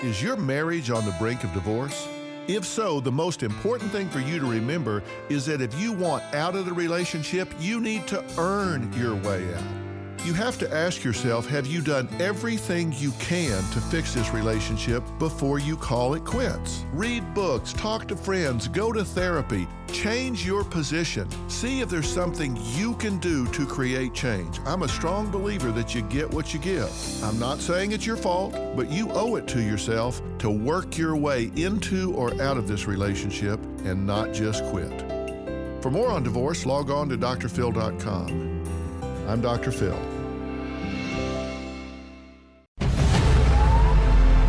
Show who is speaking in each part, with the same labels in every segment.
Speaker 1: Is your marriage on the brink of divorce? If so, the most important thing for you to remember is that if you want out of the relationship, you need to earn your way out. You have to ask yourself have you done everything you can to fix this relationship before you call it quits? Read books, talk to friends, go to therapy, change your position. See if there's something you can do to create change. I'm a strong believer that you get what you give. I'm not saying it's your fault, but you owe it to yourself to work your way into or out of this relationship and not just quit. For more on divorce, log on to drphil.com. I'm Dr. Phil.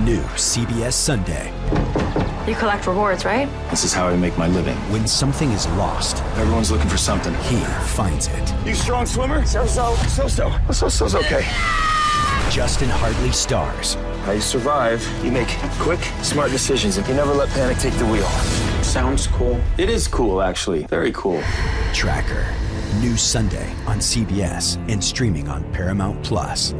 Speaker 2: New CBS Sunday.
Speaker 3: You collect rewards, right?
Speaker 4: This is how I make my living.
Speaker 2: When something is lost,
Speaker 4: Everyone's looking for something.
Speaker 2: he finds it.
Speaker 4: You strong swimmer? So so. So so. So so's okay.
Speaker 2: Justin Hartley stars.
Speaker 4: How you survive, you make quick, smart decisions, and you never let panic take the wheel. Sounds cool. It is cool, actually. Very cool.
Speaker 2: Tracker. New Sunday on CBS and streaming on Paramount Plus.